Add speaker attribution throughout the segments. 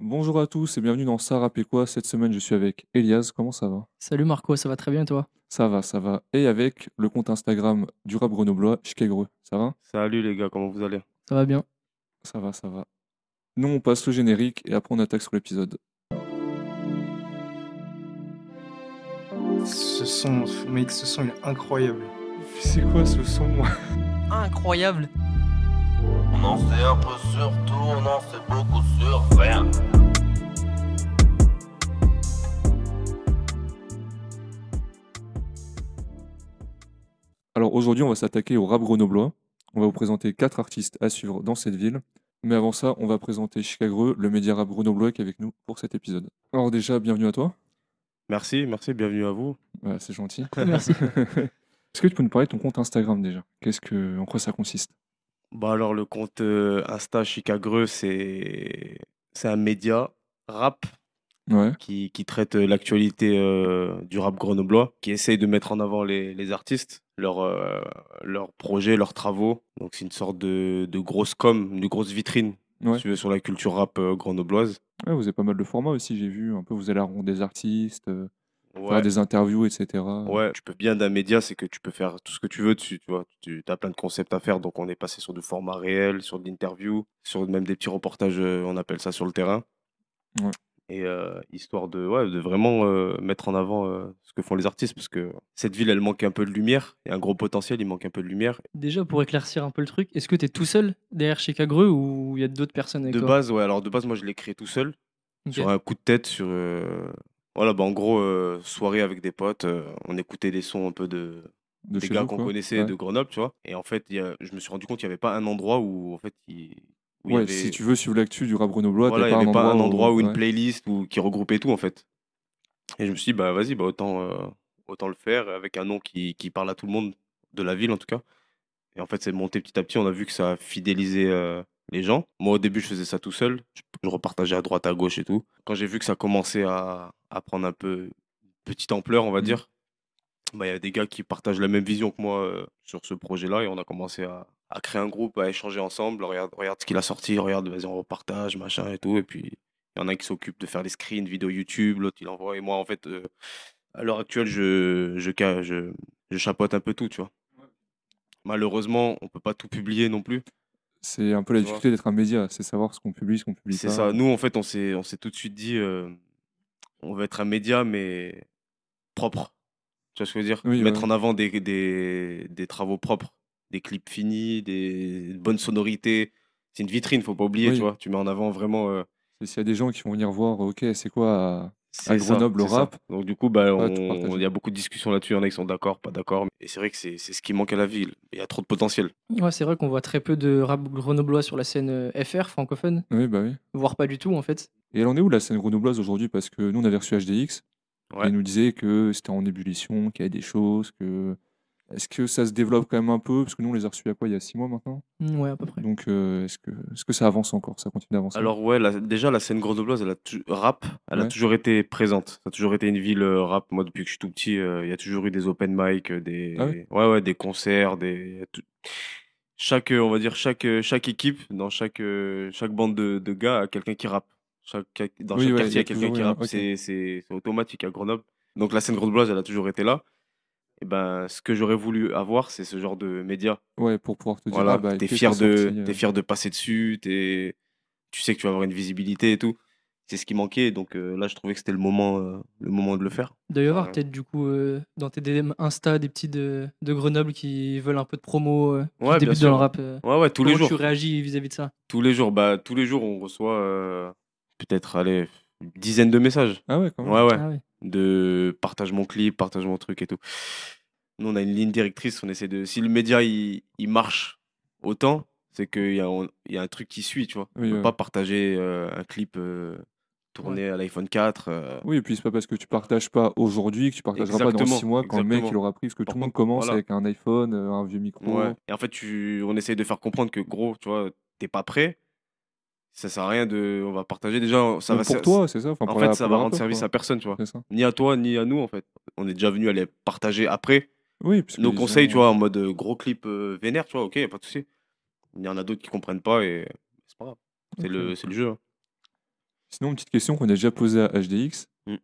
Speaker 1: Bonjour à tous et bienvenue dans Ça Rap et quoi. Cette semaine, je suis avec Elias. Comment ça va?
Speaker 2: Salut Marco, ça va très bien et toi?
Speaker 1: Ça va, ça va. Et avec le compte Instagram du rap grenoblois, Shkegreux. Ça va?
Speaker 3: Salut les gars, comment vous allez?
Speaker 2: Ça va bien.
Speaker 1: Ça va, ça va. Nous, on passe le générique et après, on attaque sur l'épisode.
Speaker 4: Ce son, mec, ce son, il est incroyable.
Speaker 1: C'est quoi ce son?
Speaker 2: Incroyable!
Speaker 5: On en sait un peu sur tout, on en sait beaucoup sur rien.
Speaker 1: Alors aujourd'hui, on va s'attaquer au rap grenoblois. On va vous présenter quatre artistes à suivre dans cette ville. Mais avant ça, on va présenter Chicagreux, le média rap grenoblois qui est avec nous pour cet épisode. Alors déjà, bienvenue à toi.
Speaker 3: Merci, merci, bienvenue à vous.
Speaker 1: Ouais, c'est gentil.
Speaker 2: Merci.
Speaker 1: Est-ce que tu peux nous parler de ton compte Instagram déjà? Qu'est-ce que, en quoi ça consiste?
Speaker 3: Bah alors le compte euh, Insta Chicagreux, c'est c'est un média rap
Speaker 1: Ouais.
Speaker 3: qui, qui traite euh, l'actualité euh, du rap grenoblois, qui essaye de mettre en avant les, les artistes, leurs euh, leurs projets, leurs travaux. Donc c'est une sorte de, de grosse com, une grosse vitrine, si
Speaker 1: Ouais.
Speaker 3: tu veux, sur la culture rap euh, grenobloise.
Speaker 1: Ouais, vous avez pas mal de formats aussi, j'ai vu. Un peu, vous allez à la rencontre des artistes, euh, faire
Speaker 3: Ouais.
Speaker 1: des interviews, etc.
Speaker 3: Ouais, tu peux bien d'un média, c'est que tu peux faire tout ce que tu veux dessus, tu vois. Tu as plein de concepts à faire, donc on est passé sur du format réel, sur de l'interview, sur même des petits reportages, euh, on appelle ça sur le terrain.
Speaker 1: Ouais.
Speaker 3: Et euh, histoire de, ouais, de vraiment euh, mettre en avant euh, ce que font les artistes, parce que cette ville, elle manque un peu de lumière, il y a un gros potentiel, il manque un peu de lumière.
Speaker 2: Déjà, pour éclaircir un peu le truc, est-ce que t'es tout seul derrière chez Cagreux ou il y a d'autres personnes avec
Speaker 3: De
Speaker 2: toi?
Speaker 3: base, ouais, alors de base, moi je l'ai créé tout seul,
Speaker 2: Ok.
Speaker 3: sur un coup de tête, sur. euh, Voilà, bah en gros, euh, soirée avec des potes, euh, on écoutait des sons un peu de,
Speaker 1: De
Speaker 3: des
Speaker 1: chez
Speaker 3: gars
Speaker 1: vous,
Speaker 3: qu'on
Speaker 1: quoi.
Speaker 3: connaissait
Speaker 1: Ouais.
Speaker 3: de Grenoble, tu vois. Et en fait, il y a- je me suis rendu compte qu'il n'y avait pas un endroit où, en fait, il, où il y
Speaker 1: Ouais,
Speaker 3: avait-
Speaker 1: si tu veux suivre l'actu du rap grenoblois,
Speaker 3: voilà, il
Speaker 1: t'as
Speaker 3: y
Speaker 1: pas,
Speaker 3: avait pas un endroit ou une
Speaker 1: ouais.
Speaker 3: playlist ou qui regroupait tout, en fait. Et je me suis dit, bah vas-y, bah autant, euh, autant le faire avec un nom qui, qui parle à tout le monde de la ville, en tout cas. Et en fait, c'est monté petit à petit. On a vu que ça a fidélisé euh, les gens. Moi, au début, je faisais ça tout seul. Je, je repartageais à droite, à gauche et tout. Quand j'ai vu que ça commençait à, à prendre un peu une petite ampleur, on va
Speaker 1: Mhm.
Speaker 3: dire, bah, il y a des gars qui partagent la même vision que moi euh, sur ce projet-là. Et on a commencé à, à créer un groupe, à échanger ensemble. Regarde, regarde ce qu'il a sorti, regarde, vas-y, on repartage, machin et tout. Et puis, il y en a qui s'occupent de faire les screens, vidéo YouTube, l'autre il envoie. Et moi, en fait, euh, à l'heure actuelle, je, je, ca- je, je chapeaute un peu tout, tu vois. Malheureusement, on peut pas tout publier non plus.
Speaker 1: C'est un peu la
Speaker 3: Tu vois.
Speaker 1: difficulté d'être un média, c'est savoir ce qu'on publie, ce qu'on publie
Speaker 3: C'est
Speaker 1: pas.
Speaker 3: ça. Nous, en fait, on s'est on s'est tout de suite dit, euh, on veut être un média, mais propre. Tu vois ce que je veux dire
Speaker 1: Oui,
Speaker 3: Mettre
Speaker 1: ouais.
Speaker 3: en avant des, des, des travaux propres, des clips finis, des bonnes sonorités. C'est une vitrine, faut pas oublier,
Speaker 1: Oui.
Speaker 3: tu vois. Tu mets en avant vraiment. euh,
Speaker 1: Et S'il y a des gens qui vont venir voir, ok, c'est quoi euh,
Speaker 3: C'est ça,
Speaker 1: Grenoble, le
Speaker 3: c'est ça.
Speaker 1: rap.
Speaker 3: Donc du coup, bah,
Speaker 1: Ouais, tout
Speaker 3: on-
Speaker 1: partager.
Speaker 3: il y a beaucoup de discussions là-dessus. Il y en a qui sont d'accord, pas d'accord. Et c'est vrai que c'est c'est ce qui manque à la ville. Il y a trop de potentiel.
Speaker 2: Ouais, c'est vrai qu'on voit très peu de rap grenoblois sur la scène euh, FR francophone,
Speaker 1: Oui, bah oui.
Speaker 2: voire pas du tout en fait.
Speaker 1: Et elle en est où la scène grenobloise aujourd'hui Parce que nous, on avait reçu HDX, et
Speaker 3: Ouais.
Speaker 1: il nous disait que c'était en ébullition, qu'il y avait des choses, que. Est-ce que ça se développe quand même un peu Parce que nous, on les a reçus à quoi Il y a six mois maintenant
Speaker 2: Mm, Ouais, à peu près.
Speaker 1: Donc, euh, est-ce que, est que ça avance encore Ça continue d'avancer
Speaker 3: Alors ouais, la- déjà la scène grenobloise, elle a tou- rap, elle
Speaker 1: Ouais.
Speaker 3: a toujours été présente. Ça a toujours été une ville euh, rap. Moi, depuis que je suis tout petit, euh, il y a toujours eu des open mic, euh, des
Speaker 1: Ah
Speaker 3: ouais, ouais, des concerts, des tout- chaque, euh, on va dire chaque euh, chaque équipe dans chaque euh, chaque bande de, de gars a quelqu'un qui rappe. Chaque, chaque- dans
Speaker 1: Oui,
Speaker 3: chaque
Speaker 1: ouais, il y a
Speaker 3: quartier, il y a quelqu'un
Speaker 1: toujours
Speaker 3: qui
Speaker 1: eu un-
Speaker 3: rappe.
Speaker 1: ok.
Speaker 3: C'est c'est c'est automatique à Grenoble. Donc la scène grenobloise, elle a toujours été là. Et ben, ce que j'aurais voulu avoir, c'est ce genre de média.
Speaker 1: Ouais, pour pouvoir te dire.
Speaker 3: Voilà,
Speaker 1: ah, bah,
Speaker 3: t'es
Speaker 1: qu'est-ce qui
Speaker 3: fier
Speaker 1: est
Speaker 3: de,
Speaker 1: sorti, euh,
Speaker 3: t'es fier de passer dessus, t'es, tu sais que tu vas avoir une visibilité et tout. C'est ce qui manquait, donc euh, là je trouvais que c'était le moment, euh, le moment de le faire.
Speaker 2: Doit y avoir
Speaker 3: Ouais.
Speaker 2: peut-être du coup euh, dans tes DM Insta des petits de, de Grenoble qui veulent un peu de promo, euh, qui
Speaker 3: Ouais, bien
Speaker 2: débutent
Speaker 3: sûr.
Speaker 2: dans le rap. euh.
Speaker 3: Ouais ouais, tous les
Speaker 2: Comment
Speaker 3: jours,
Speaker 2: tu réagis vis-à-vis de ça?
Speaker 3: tous les jours, bah tous les jours on reçoit euh, peut-être allez une dizaine de messages.
Speaker 1: Ah ouais, quand même.
Speaker 3: Ouais ouais,
Speaker 2: Ah ouais.
Speaker 3: de partage mon clip, partage mon truc et tout. Nous on a une ligne directrice, on essaie de, si le média il, il marche autant, c'est qu'il y a, on- il y a un truc qui suit, tu vois.
Speaker 1: Oui,
Speaker 3: on
Speaker 1: ouais.
Speaker 3: peut pas partager euh, un clip euh, tourné à l'iPhone 4. euh,
Speaker 1: Oui, et puis c'est pas parce que tu partages pas aujourd'hui que tu partageras pas dans
Speaker 3: Exactement,
Speaker 1: 6 mois quand le mec il
Speaker 3: exactement.
Speaker 1: aura pris, parce que
Speaker 3: Par
Speaker 1: tout le monde
Speaker 3: contre,
Speaker 1: commence
Speaker 3: voilà.
Speaker 1: avec un iPhone, euh, un vieux micro.
Speaker 3: Ouais. Et en fait, tu... on essaye de faire comprendre que gros, tu vois, t'es pas prêt. Ça sert à rien de. On va partager. Déjà, ça
Speaker 1: Même
Speaker 3: va.
Speaker 1: pour
Speaker 3: ser-
Speaker 1: toi, c'est ça enfin,
Speaker 3: En
Speaker 1: pour
Speaker 3: fait,
Speaker 1: la-
Speaker 3: ça
Speaker 1: pour le
Speaker 3: va rendre
Speaker 1: rappeur,
Speaker 3: service
Speaker 1: quoi.
Speaker 3: à personne, tu vois.
Speaker 1: C'est ça.
Speaker 3: Ni à toi, ni à nous, en fait. On est déjà venu à les partager après.
Speaker 1: Oui, parce que
Speaker 3: Nos
Speaker 1: les
Speaker 3: conseils,
Speaker 1: gens-
Speaker 3: tu vois, en mode euh, gros clip euh, vénère, tu vois, ok, y a pas de souci. Il y en a d'autres qui comprennent pas et c'est pas grave. C'est
Speaker 1: Ok.
Speaker 3: le... c'est le jeu. hein.
Speaker 1: Sinon, une petite question qu'on a déjà posée à HDX.
Speaker 3: Mm.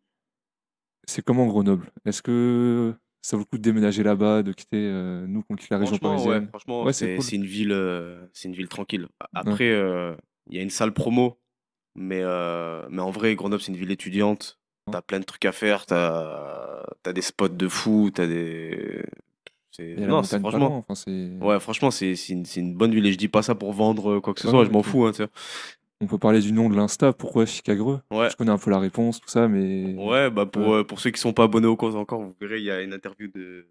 Speaker 1: C'est comment Grenoble Est-ce que ça vaut le coup de déménager là-bas, de quitter euh, nous qu'on quitte la région
Speaker 3: Franchement, ouais,
Speaker 1: parisienne
Speaker 3: franchement,
Speaker 1: Ouais, c'est
Speaker 3: c'est
Speaker 1: cool.
Speaker 3: c'est une ville, euh, c'est une ville tranquille. A- Après, euh, il y a une salle promo, mais euh, mais en vrai, Grenoble c'est une ville étudiante. T'as plein de trucs à faire, t'as as des spots de fou, t'as des. c'est-
Speaker 1: Il y a la
Speaker 3: Non, c'est-
Speaker 1: montagne pas
Speaker 3: franchement,
Speaker 1: loin, enfin, c'est-
Speaker 3: Ouais, franchement, c'est c'est une, c'est une bonne ville et je dis pas ça pour vendre euh, quoi que ce
Speaker 1: Ouais,
Speaker 3: soit,
Speaker 1: ouais,
Speaker 3: je m'en
Speaker 1: ok.
Speaker 3: fous. Hein, tu sais.
Speaker 1: On peut parler du nom de l'Insta, pourquoi Chicagreux
Speaker 3: ouais.
Speaker 1: Je connais un peu la réponse, tout ça, mais.
Speaker 3: ouais, bah pour, euh, pour ceux qui sont pas abonnés au compte encore, vous verrez, il y a une interview de,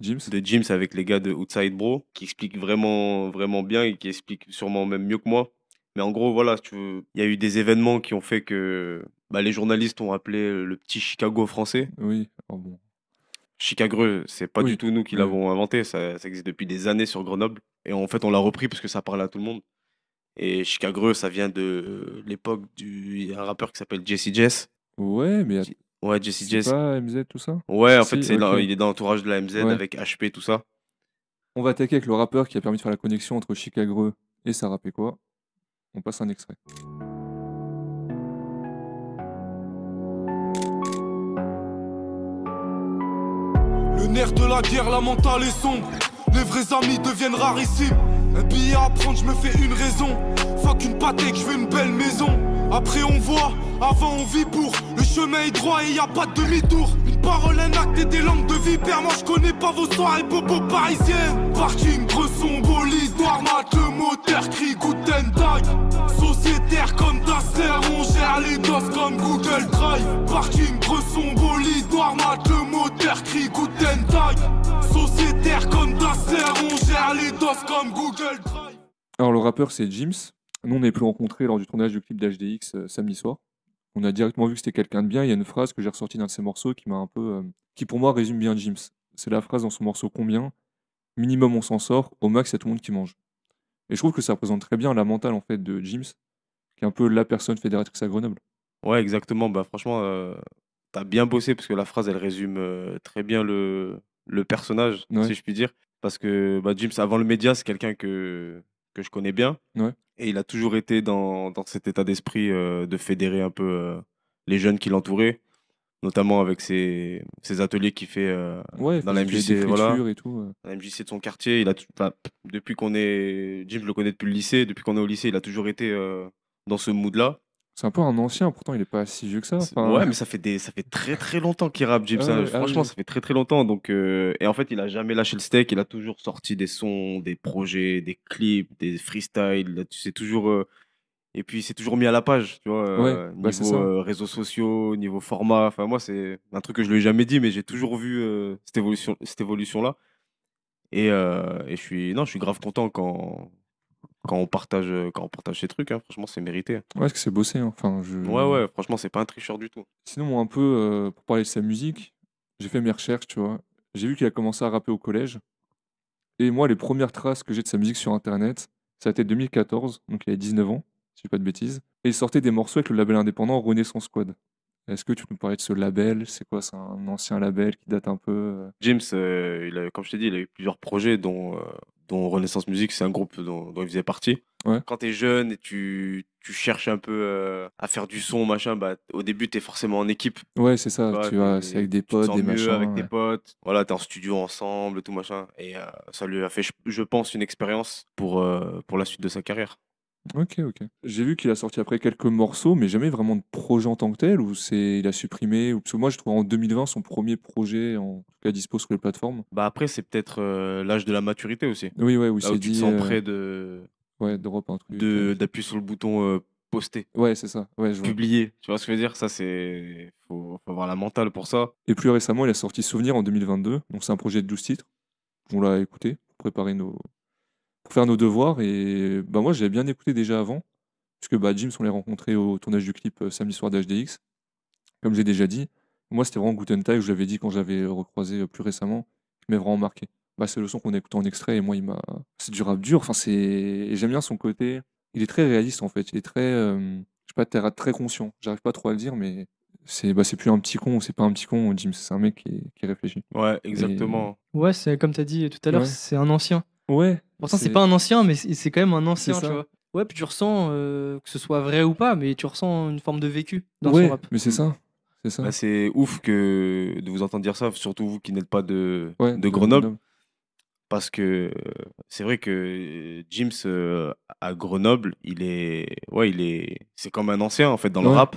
Speaker 1: James
Speaker 3: de James avec les gars de Outside Bro qui explique vraiment, vraiment bien et qui explique sûrement même mieux que moi. Mais en gros, voilà, si tu veux, il y a eu des événements qui ont fait que bah, les journalistes ont appelé euh, le petit Chicago français.
Speaker 1: Oui, alors bon.
Speaker 3: Chicagreux, c'est pas
Speaker 1: Oui.
Speaker 3: du tout nous qui
Speaker 1: Oui.
Speaker 3: l'avons inventé, ça, ça existe depuis des années sur Grenoble. Et en fait, on l'a repris parce que ça parle à tout le monde. Et Chicagreux, ça vient de euh, l'époque du. Il y a un rappeur qui s'appelle Jesse Jess.
Speaker 1: Ouais, mais
Speaker 3: Jesse Ouais, Jesse
Speaker 1: c'est
Speaker 3: Jess.
Speaker 1: pas MZ, tout ça
Speaker 3: Ouais, en
Speaker 1: Si,
Speaker 3: fait, c'est
Speaker 1: ok.
Speaker 3: dans- il est dans l'entourage de la MZ
Speaker 1: Ouais.
Speaker 3: avec HP, tout ça.
Speaker 1: On va attaquer avec le rappeur qui a permis de faire la connexion entre Chicagreux et Sarah Pécois. On passe un extrait.
Speaker 6: Le nerf de la guerre, la mentale est sombre. Les vrais amis deviennent rarissimes. Un billet à prendre, je me fais une raison. Fuck une pâtée, je veux une belle maison. Après on voit, avant on vit pour. Le chemin est droit et y a pas de demi-tour. Une parole, un acte et des langues de vipère. Moi je connais pas vos soirées bobo parisiennes. Parking, bresson, bolide, armate, le moteur crie Guten Tag. Sociétaire comme Dassler, on gère les doses comme Google Drive. Parking, bresson, bolide, armate, le moteur crie Guten Tag. Sociétaire comme Dassler, on gère les doses comme Google Drive.
Speaker 1: Alors, le rappeur, c'est James. Nous, on est plus rencontré lors du tournage du clip d'HDX euh, samedi soir. On a directement vu que c'était quelqu'un de bien. Il y a une phrase que j'ai ressortie d'un de ses morceaux qui m'a un peu. euh, qui pour moi résume bien James. C'est la phrase dans son morceau Combien Minimum, on s'en sort. Au max, c'est tout le monde qui mange. Et je trouve que ça représente très bien la mentale, en fait, de James, qui est un peu la personne fédératrice à Grenoble.
Speaker 3: Ouais, exactement. Bah, franchement, euh, t'as bien bossé parce que la phrase, elle résume euh, très bien le, le personnage,
Speaker 1: Ouais.
Speaker 3: si je puis dire. Parce que bah, James, avant le média, c'est quelqu'un que, que je connais bien.
Speaker 1: Ouais.
Speaker 3: Et il a toujours été dans, dans cet état d'esprit euh, de fédérer un peu euh, les jeunes qui l'entouraient, notamment avec ses, ses ateliers qu'il fait euh,
Speaker 1: Ouais,
Speaker 3: Dans la
Speaker 1: parce que
Speaker 3: MJC,
Speaker 1: des
Speaker 3: voilà.
Speaker 1: écritures et tout. euh.
Speaker 3: à la MJC de son quartier. Il a, tou- enfin, depuis qu'on est. James, je le connais depuis le lycée. Depuis qu'on est au lycée, il a toujours été euh, dans ce mood-là.
Speaker 1: C'est un peu un ancien, pourtant, il est pas si vieux que ça.
Speaker 3: C'est-
Speaker 1: Enfin, hein.
Speaker 3: Ouais, mais ça fait, des... ça fait très très longtemps qu'il rappe, Gibbs.
Speaker 1: Ah
Speaker 3: hein.
Speaker 1: ouais, ah
Speaker 3: Franchement,
Speaker 1: oui.
Speaker 3: ça fait très très longtemps. Donc, euh, Et en fait, il a jamais lâché le steak. Il a toujours sorti des sons, des projets, des clips, des freestyles. Là, Tu sais, toujours. euh, Et puis, il s'est toujours mis à la page, tu vois. euh,
Speaker 1: Ouais,
Speaker 3: niveau
Speaker 1: bah, c'est ça.
Speaker 3: euh, réseaux sociaux, niveau format. Enfin, moi, c'est un truc que je lui ai jamais dit, mais j'ai toujours vu euh, cette évolution- cette évolution-là. et euh, et je, suis... Non, je suis grave content quand. Quand on, partage, quand on partage ces trucs, hein. franchement, c'est mérité.
Speaker 1: Ouais, parce que c'est bossé. hein. Enfin, je...
Speaker 3: Ouais, ouais, franchement, c'est pas un tricheur du tout.
Speaker 1: Sinon, un peu, euh, pour parler de sa musique, j'ai fait mes recherches, tu vois. J'ai vu qu'il a commencé à rapper au collège. Et moi, les premières traces que j'ai de sa musique sur Internet, ça a été 2014, donc il avait 19 ans, si je dis pas de bêtises. Et il sortait des morceaux avec le label indépendant Renaissance Squad. Est-ce que tu peux nous parler de ce label C'est quoi C'est un ancien label qui date un peu euh,
Speaker 3: James, euh, il a- comme je t'ai dit, il a eu plusieurs projets, dont, euh, dont Renaissance Musique, c'est un groupe dont, dont il faisait partie.
Speaker 1: Ouais.
Speaker 3: Quand t'es jeune et tu, tu cherches un peu euh, à faire du son, machin, bah, au début, t'es forcément en équipe.
Speaker 1: Ouais, c'est ça,
Speaker 3: Ouais,
Speaker 1: Ah, tu vois,
Speaker 3: t'es-
Speaker 1: c'est avec des
Speaker 3: tu te
Speaker 1: potes,
Speaker 3: sens
Speaker 1: des
Speaker 3: mieux
Speaker 1: machins.
Speaker 3: Avec tes
Speaker 1: ouais.
Speaker 3: potes. Voilà, t'es en studio ensemble, tout machin. Et euh, ça lui a fait, je, je pense, une expérience pour, euh, pour la suite de sa carrière.
Speaker 1: Ok, ok. J'ai vu qu'il a sorti après quelques morceaux, mais jamais vraiment de projet en tant que tel, ou c'est il a supprimé, ou parce que moi je trouve en 2020 son premier projet, en tout cas dispo sur les plateformes.
Speaker 3: Bah, après, c'est peut-être euh, l'âge de la maturité aussi.
Speaker 1: Oui, ouais, où il s'est
Speaker 3: Là où Ah, tu te
Speaker 1: dit.
Speaker 3: sens
Speaker 1: euh,
Speaker 3: prêt de,
Speaker 1: Ouais, drop un truc.
Speaker 3: de, d'appuyer sur le bouton euh, poster.
Speaker 1: Ouais, c'est ça. Ouais, je vois.
Speaker 3: publié. Tu vois ce que je veux dire Ça, c'est. Faut, faut avoir la mentale pour ça.
Speaker 1: Et plus récemment, il a sorti Souvenir en 2022, donc c'est un projet de 12 titres. On l'a écouté pour préparer nos. pour faire nos devoirs, et bah, moi j'avais bien écouté déjà avant, puisque bah, James, on l'a rencontré au tournage du clip euh, samedi soir d'HDX. Comme j'ai déjà dit, moi c'était vraiment Guten Tag, je l'avais dit quand j'avais recroisé euh, plus récemment, qui m'a vraiment marqué. Bah, c'est le son qu'on a écouté en extrait, et moi il m'a. C'est du rap dur, enfin c'est. et J'aime bien son côté. Il est très réaliste en fait, il est très. euh, Je sais pas, terre à- très conscient. J'arrive pas trop à le dire, mais c'est bah, c'est plus un petit con ou c'est pas un petit con, Jim, c'est un mec qui, est- qui réfléchit.
Speaker 3: Ouais, exactement.
Speaker 2: Ouais, c'est comme t'as dit tout à l'heure,
Speaker 1: Ouais.
Speaker 2: c'est un ancien.
Speaker 1: Ouais.
Speaker 2: Pourtant, c'est pas un ancien, mais c'est c'est quand même un ancien,
Speaker 1: ça.
Speaker 2: tu vois. Ouais, puis tu ressens, euh, que ce soit vrai ou pas, mais tu ressens une forme de vécu dans
Speaker 1: Ouais,
Speaker 2: son rap.
Speaker 1: mais c'est ça. C'est ça.
Speaker 3: Bah, c'est ouf que de vous entendre dire ça, surtout vous qui n'êtes pas de,
Speaker 1: Ouais,
Speaker 3: de Grenoble, parce que euh, c'est vrai que euh, Jims euh, à Grenoble, il est, ouais, il est, c'est comme un ancien en fait dans le
Speaker 1: Ouais.
Speaker 3: rap.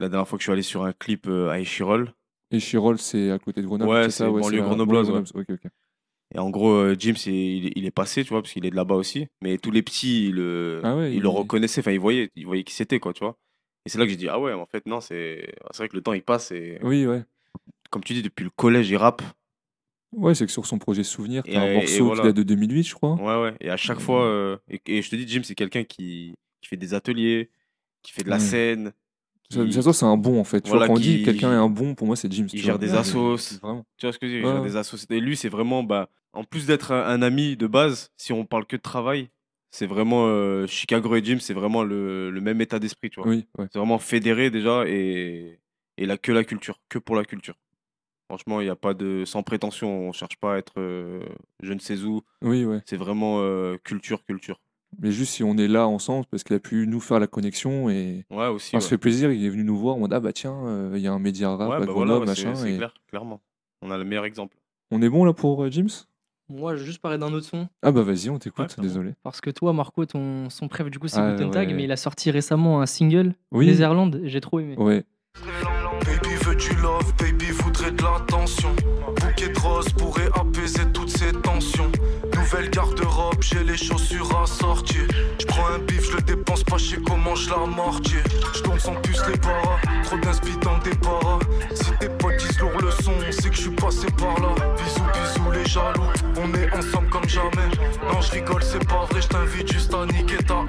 Speaker 3: La dernière fois que je suis allé sur un clip euh, à Échirol,
Speaker 1: Et Chirol, c'est à côté de Grenoble.
Speaker 3: Ouais,
Speaker 1: ça,
Speaker 3: c'est
Speaker 1: c'est
Speaker 3: banlieue
Speaker 1: la-
Speaker 3: grenobloise,
Speaker 1: banlieue grenobloise, ok, ok.
Speaker 3: et en gros, euh, Jims, il, il- il est passé, tu vois, parce qu'il est de là-bas aussi. Mais tous les petits, ils le,
Speaker 1: Ah ouais,
Speaker 3: ils
Speaker 1: il-
Speaker 3: le reconnaissaient, enfin, ils voyaient, ils voyaient qui c'était, quoi, tu vois. Et c'est là que j'ai dit, ah ouais, en fait, non, c'est ah, c'est vrai que le temps, il passe. Et
Speaker 1: Ah Oui, ouais.
Speaker 3: comme tu dis, depuis le collège, il rappe.
Speaker 1: Ouais, c'est que sur son projet Souvenir,
Speaker 3: Et-
Speaker 1: t'as un
Speaker 3: et
Speaker 1: morceau
Speaker 3: voilà.
Speaker 1: qui date de 2008, je crois.
Speaker 3: Ouais, ouais. Et à chaque fois, euh, et, et je te dis, Jim, c'est quelqu'un qui, qui fait des ateliers, qui fait de la
Speaker 1: Mm.
Speaker 3: scène,
Speaker 1: Ça,
Speaker 3: qui-
Speaker 1: ça se voit, c'est un bon en fait. Tu vois,
Speaker 3: Voilà,
Speaker 1: quand on
Speaker 3: qui-
Speaker 1: dit quelqu'un est un bon, pour moi, c'est Jim. tu
Speaker 3: gère
Speaker 1: vois.
Speaker 3: des assos.
Speaker 1: Vraiment.
Speaker 3: tu vois ce que je veux
Speaker 1: Ouais,
Speaker 3: dire, il gère
Speaker 1: ouais.
Speaker 3: des associés. Et lui, c'est vraiment, bah, en plus d'être un, un ami de base, si on parle que de travail, c'est vraiment euh, Chicago et Jim, c'est vraiment le, le même état d'esprit, tu vois.
Speaker 1: Oui, ouais.
Speaker 3: C'est vraiment fédéré déjà et, et là, que la culture, que pour la culture. Franchement, il n'y a pas de. Sans prétention, on cherche pas à être euh, je ne sais où.
Speaker 1: Oui, ouais.
Speaker 3: C'est vraiment euh, culture, culture.
Speaker 1: Mais juste si on est là ensemble, parce qu'il a pu nous faire la connexion et
Speaker 3: Ouais, aussi.
Speaker 1: on
Speaker 3: ouais.
Speaker 1: se fait plaisir. Il est venu nous voir. On dit ah bah tiens, euh, il y a un média rap
Speaker 3: Ouais,
Speaker 1: à
Speaker 3: bah
Speaker 1: Grenoble,
Speaker 3: voilà, ouais, c'est-
Speaker 1: machin.
Speaker 3: c'est
Speaker 1: et-
Speaker 3: clair, clairement. On a le meilleur exemple.
Speaker 1: On est bon là pour euh, Jims
Speaker 2: Moi, je vais juste parler d'un autre son.
Speaker 1: Ah bah vas-y, on t'écoute.
Speaker 3: Ouais, clairement.
Speaker 1: désolé.
Speaker 2: Parce que toi, Marco, ton son préf, du coup, c'est
Speaker 1: Ah,
Speaker 2: Guten Tag,
Speaker 1: ouais.
Speaker 2: mais il a sorti récemment un single,
Speaker 1: Oui. Oh.
Speaker 2: Les Irlandes, j'ai trop aimé.
Speaker 1: Ouais.
Speaker 6: Baby veut du love, baby voudrait de l'attention. Bouquet de roses pourrait apaiser toutes ces tensions. Nouvelle garde-robe, j'ai les chaussures assorties. Je prends un bif, je le dépense pas, je sais comment je l'amortis. Je tourne sans puce les paras, trop d'inspi dans des paras. Si tes potes disent lourd le son, on sait que je suis passé par là. Bisous, bisous les jaloux, on est ensemble comme jamais. Non, je rigole, c'est pas vrai, je t'invite juste à niquer ta.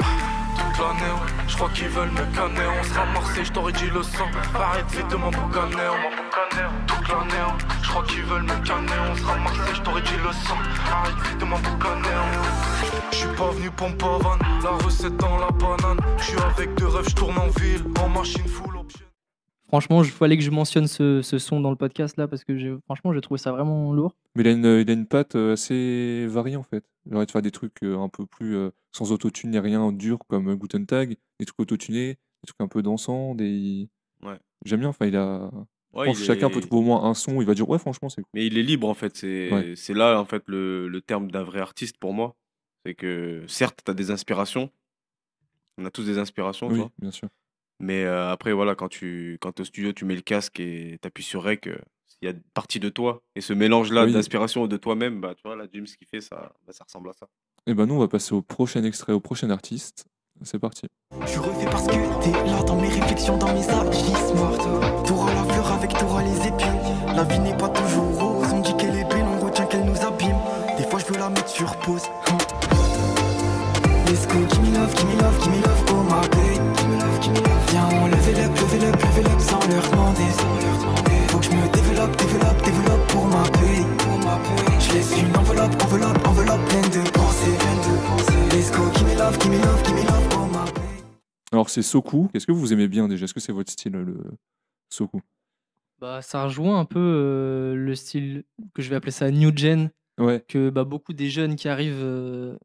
Speaker 6: Toute l'année, je crois qu'ils veulent me canner. On sera Marseille, je t'aurais dit le sang. Arrête vite de m'en boucaner. on m'en boucaner. Toute l'année, je crois qu'ils veulent me canner. On sera Marseille, je t'aurais dit le sang. Arrête vite de m'en boucaner. Je suis pas venu pour me pavane, la recette dans la banane. Je suis avec deux rêves, je tourne en ville, en machine full option.
Speaker 2: Franchement, il fallait que je mentionne ce, ce son dans le podcast là, parce que j'ai- franchement, j'ai trouvé ça vraiment lourd.
Speaker 1: Mais il a une, il a une patte euh, assez variée en fait. Il aurait de faire des trucs euh, un peu plus euh, sans autotune ni rien dur comme euh, Guten Tag, des trucs autotunés, des trucs un peu dansants, des.
Speaker 3: Ouais.
Speaker 1: J'aime bien. Enfin, il a. je
Speaker 3: Ouais,
Speaker 1: pense
Speaker 3: il
Speaker 1: que chacun
Speaker 3: est-
Speaker 1: peut trouver au moins un son. Il va dire ouais, franchement, c'est cool.
Speaker 3: Mais il est libre en fait. C'est
Speaker 1: Ouais.
Speaker 3: c'est là en fait le, le terme d'un vrai artiste pour moi. C'est que certes, tu as des inspirations. On a tous des inspirations, tu
Speaker 1: Oui,
Speaker 3: vois.
Speaker 1: bien sûr.
Speaker 3: Mais euh, après, voilà, quand tu quand es au studio, tu mets le casque et t'appuies sur Rec, euh, il y a une partie de toi. Et ce mélange-là
Speaker 1: Oui.
Speaker 3: d'inspiration et de toi-même, bah, tu vois, la James qui fait ça, bah, ça ressemble à ça.
Speaker 1: Et ben nous, on va passer au prochain extrait, au prochain artiste. C'est parti.
Speaker 7: Je refais parce que t'es là dans mes réflexions, dans mes agissements. T'auras la fleur avec t'auras les épines. La vie n'est pas toujours rose, on dit qu'elle est belle, on retient qu'elle nous abîme. Des fois je veux la mettre sur pause. hein. Let's go, give me love, give me love, give me love, oh my babe. Give me love, give me love. Viens, on level up, level up, level up sans leur demander. Sans leur demander. Faut que je me développe, développe, développe pour ma paix. Pour ma paix. Je laisse une enveloppe, enveloppe, enveloppe pleine de pensées, pleine de pensées. Let's go, give me love, give me love, give me love, oh my babe.
Speaker 1: Alors c'est Soku. Qu'est-ce que vous aimez bien déjà Est-ce que c'est votre style le Soku
Speaker 2: Bah, ça rejoint un peu euh, le style que je vais appeler ça new gen,
Speaker 1: Ouais.
Speaker 2: que bah, beaucoup des jeunes qui arrivent euh,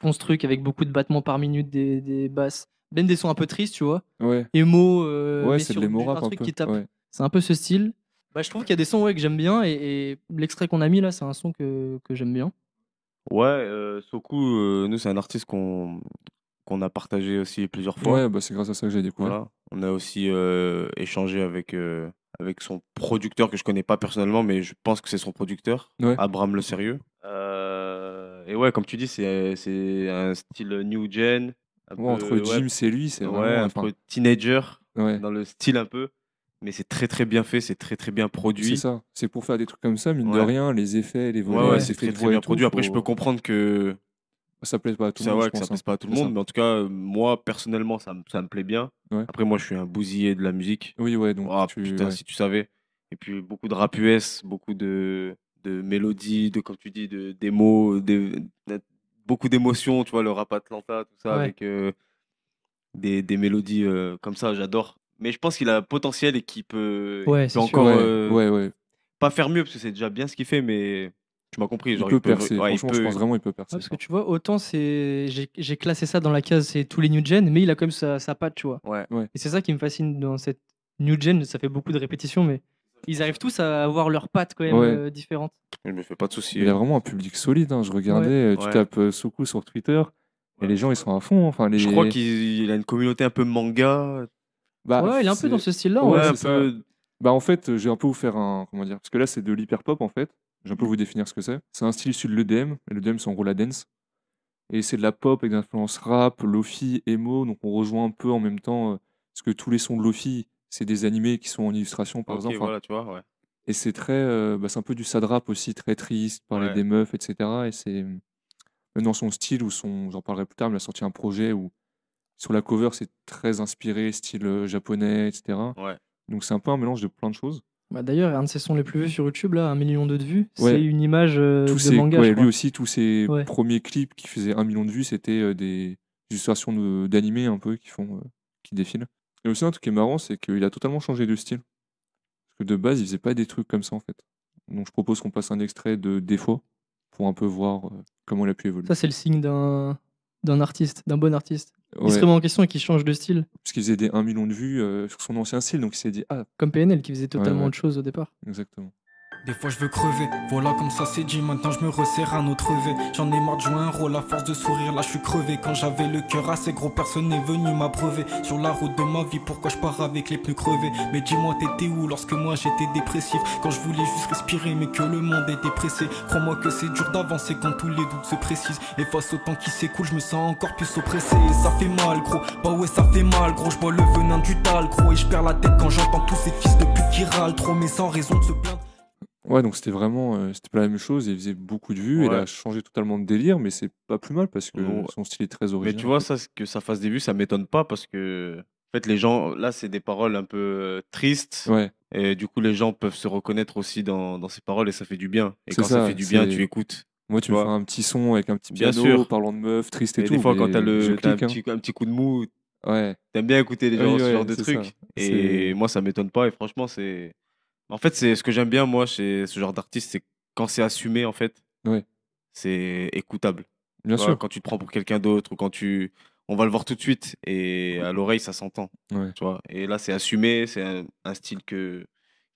Speaker 2: font ce truc avec beaucoup de battements par minute, des, des basses, même des sons un peu tristes, tu vois.
Speaker 1: Ouais.
Speaker 2: Emo, euh,
Speaker 1: ouais,
Speaker 2: mais
Speaker 1: c'est de
Speaker 2: sur du-
Speaker 1: l'emo
Speaker 2: un
Speaker 1: rap un
Speaker 2: truc
Speaker 1: peu.
Speaker 2: qui tape.
Speaker 1: Ouais.
Speaker 2: C'est un peu ce style. Bah, je trouve qu'il y a des sons ouais, que j'aime bien et, et l'extrait qu'on a mis là, c'est un son que, que j'aime bien.
Speaker 3: Ouais, euh, Soku, euh, nous, c'est un artiste qu'on qu'on a partagé aussi plusieurs fois.
Speaker 1: Ouais, bah c'est grâce à ça que j'ai découvert.
Speaker 3: Voilà. On a aussi euh, échangé avec, euh, avec son producteur que je connais pas personnellement, mais je pense que c'est son producteur,
Speaker 1: Ouais.
Speaker 3: Abraham Le Sérieux. Euh, et ouais, comme tu dis, c'est c'est un style new gen.
Speaker 1: Ouais,
Speaker 3: un peu-
Speaker 1: entre
Speaker 3: euh, ouais,
Speaker 1: Jim et lui, c'est
Speaker 3: ouais,
Speaker 1: vraiment.
Speaker 3: un
Speaker 1: enfin,
Speaker 3: peu teenager
Speaker 1: ouais.
Speaker 3: dans le style un peu. Mais c'est très très bien fait, c'est très très bien
Speaker 1: C'est
Speaker 3: produit.
Speaker 1: ça. C'est pour faire des trucs comme ça, mine de
Speaker 3: Ouais.
Speaker 1: rien, les effets, les
Speaker 3: Ouais,
Speaker 1: volets,
Speaker 3: ouais,
Speaker 1: les
Speaker 3: c'est
Speaker 1: effets
Speaker 3: très
Speaker 1: de
Speaker 3: très
Speaker 1: voix et
Speaker 3: bien
Speaker 1: tout,
Speaker 3: produit. Après, je
Speaker 1: faut-
Speaker 3: peux comprendre que
Speaker 1: Ça plaise pas à tout le
Speaker 3: ça,
Speaker 1: monde.
Speaker 3: ouais,
Speaker 1: je
Speaker 3: que ça
Speaker 1: pense, hein.
Speaker 3: plaise pas à tout le
Speaker 1: C'est
Speaker 3: monde,
Speaker 1: ça.
Speaker 3: mais en tout cas, euh, moi personnellement, ça, me- ça me plaît bien.
Speaker 1: Ouais.
Speaker 3: Après, moi, je suis un bousillé de la musique.
Speaker 1: hein. Oui, ouais. Donc
Speaker 3: Ah
Speaker 1: tu.
Speaker 3: putain,
Speaker 1: ouais.
Speaker 3: si tu savais. Et puis beaucoup de rap US, beaucoup de, de mélodies, de, comme tu dis, de, des mots, des- de- beaucoup d'émotions, tu vois, le rap Atlanta, tout ça,
Speaker 2: Ouais.
Speaker 3: avec euh, des, des mélodies euh, comme ça, j'adore. Mais je pense qu'il a un potentiel et qu'il peut, il
Speaker 2: Ouais,
Speaker 3: peut
Speaker 2: c'est sûr.
Speaker 3: encore
Speaker 1: Ouais,
Speaker 3: euh,
Speaker 1: ouais, ouais.
Speaker 3: pas faire mieux, parce que c'est déjà bien ce qu'il fait, mais Tu m'as compris.
Speaker 1: Il
Speaker 3: genre,
Speaker 1: peut
Speaker 3: peut-
Speaker 1: percer.
Speaker 3: ouais, il
Speaker 1: Franchement, je
Speaker 3: peut-
Speaker 1: pense vraiment qu'il peut
Speaker 2: Ouais,
Speaker 1: percer.
Speaker 2: parce que tu vois, autant c'est j'ai j'ai classé ça dans la case, c'est tous les new gen, mais il a quand même sa, sa patte, tu vois.
Speaker 3: Ouais.
Speaker 1: Ouais.
Speaker 2: Et c'est ça qui me fascine dans cette new gen, ça fait beaucoup de répétitions, mais ils arrivent tous à avoir leur patte quand même
Speaker 1: Ouais.
Speaker 2: euh, différente.
Speaker 3: Je me fais pas de hein. soucis.
Speaker 1: Il a vraiment un public solide. hein. Je regardais, euh, tu
Speaker 3: Ouais.
Speaker 1: tapes euh, Soku sur Twitter et les gens ils sont à fond. hein. Enfin, les...
Speaker 3: Je crois qu'il il a une communauté un peu manga.
Speaker 1: Bah,
Speaker 2: ouais, il est un peu dans
Speaker 1: c'est-
Speaker 2: ce style-là.
Speaker 1: Ouais,
Speaker 2: ouais.
Speaker 1: c'est
Speaker 3: un
Speaker 1: ça.
Speaker 3: peu-
Speaker 1: Bah en fait, euh, je vais un peu vous faire un comment dire parce que là c'est de l'hyper pop en fait. Je
Speaker 3: Mmh.
Speaker 1: vais un peu vous définir ce que c'est. C'est un style issu de l'EDM. et L'EDM c'est en gros la dance et c'est de la pop avec des influences rap, lofi, emo. Donc on rejoint un peu en même temps euh, parce que tous les sons de lofi c'est des animés qui sont en illustration par
Speaker 3: Ok,
Speaker 1: exemple. hein. Enfin,
Speaker 3: voilà, tu vois, ouais.
Speaker 1: Et c'est très euh, bah, c'est un peu du sad rap aussi très triste, parler
Speaker 3: Ouais.
Speaker 1: des meufs etc. Et c'est hum, même dans son style ou son j'en parlerai plus tard. Mais il a sorti un projet où sur la cover c'est très inspiré style euh, japonais etc.
Speaker 3: Ouais.
Speaker 1: Donc c'est un peu un mélange de plein de choses.
Speaker 2: Bah, D'ailleurs, un de ses sons les plus vus sur YouTube, là, un million de vues,
Speaker 1: Ouais.
Speaker 2: c'est une image euh,
Speaker 1: tous
Speaker 2: de
Speaker 1: ses-
Speaker 2: manga.
Speaker 1: ouais,
Speaker 2: je crois.
Speaker 1: lui aussi, tous ses
Speaker 2: Ouais.
Speaker 1: premiers clips qui faisaient un million de vues, c'était euh, des illustrations de- d'animés un peu qui font, euh, qui défilent. Et aussi un truc qui est marrant, c'est qu'il a totalement changé de style. Parce que de base, il faisait pas des trucs comme ça en fait. Donc je propose qu'on passe un extrait de Des fois pour un peu voir euh, comment il a pu évoluer.
Speaker 2: Ça, c'est le signe d'un d'un artiste, d'un bon artiste.
Speaker 1: Ouais,
Speaker 2: Il se remet en question et qui change de style,
Speaker 1: Parce qu'il faisait des 1 million de vues euh, sur son ancien style, donc il s'est dit ah
Speaker 2: comme PNL qui faisait totalement
Speaker 1: ouais.
Speaker 2: autre chose au départ.
Speaker 1: exactement.
Speaker 7: Des fois je veux crever, voilà comme ça c'est dit, maintenant je me resserre un autre V. J'en ai marre de jouer un rôle, à force de sourire, là je suis crevé. Quand j'avais le cœur assez gros, personne n'est venu m'abreuver. Sur la route de ma vie, pourquoi je pars avec les pneus crevés Mais dis-moi t'étais où lorsque moi j'étais dépressif Quand je voulais juste respirer mais que le monde était pressé Crois-moi que c'est dur d'avancer quand tous les doutes se précisent Et face au temps qui s'écoule, je me sens encore plus oppressé Et ça fait mal gros, bah ouais ça fait mal gros, je bois le venin du tal gros Et je perds la tête quand j'entends tous ces fils de pute qui râlent trop Mais sans raison de se plaindre
Speaker 1: Ouais, donc c'était vraiment, euh, c'était pas la même chose. Il faisait beaucoup de vues, il
Speaker 3: Ouais.
Speaker 1: a changé totalement de délire, mais c'est pas plus mal parce que
Speaker 3: Ouais.
Speaker 1: son style est très
Speaker 3: Mais
Speaker 1: original.
Speaker 3: tu vois, ça, ce que ça fasse des vues, ça m'étonne pas parce que, en fait, les gens, là, c'est des paroles un peu euh, tristes.
Speaker 1: Ouais.
Speaker 3: Et du coup, les gens peuvent se reconnaître aussi dans, dans ces paroles et ça fait du bien. Et
Speaker 1: C'est
Speaker 3: quand ça,
Speaker 1: ça,
Speaker 3: fait du bien,
Speaker 1: c'est-
Speaker 3: tu écoutes.
Speaker 1: Moi, tu
Speaker 3: Tu
Speaker 1: me
Speaker 3: vois.
Speaker 1: fais un petit son avec un petit
Speaker 3: Bien
Speaker 1: piano,
Speaker 3: sûr.
Speaker 1: parlant de meuf, triste et,
Speaker 3: Et
Speaker 1: tout.
Speaker 3: des fois,
Speaker 1: mais
Speaker 3: quand t'as
Speaker 1: je
Speaker 3: le, t'as un,
Speaker 1: clique, hein.
Speaker 3: petit, un petit coup de mou,
Speaker 1: Ouais,
Speaker 3: t'aimes bien écouter les gens,
Speaker 1: Oui,
Speaker 3: ce
Speaker 1: ouais,
Speaker 3: genre de
Speaker 1: c'est
Speaker 3: trucs.
Speaker 1: ça. C'est-
Speaker 3: Et moi, ça m'étonne pas. Et franchement, c'est. En fait, c'est ce que j'aime bien, moi, chez ce genre d'artiste, c'est quand c'est assumé, en fait.
Speaker 1: Ouais.
Speaker 3: C'est écoutable.
Speaker 1: bien
Speaker 3: Tu vois,
Speaker 1: sûr.
Speaker 3: Quand tu te prends pour quelqu'un d'autre ou quand tu. On va le voir tout de suite et à l'oreille, ça s'entend.
Speaker 1: Ouais.
Speaker 3: Tu vois. Et là, c'est assumé, c'est un, un style que,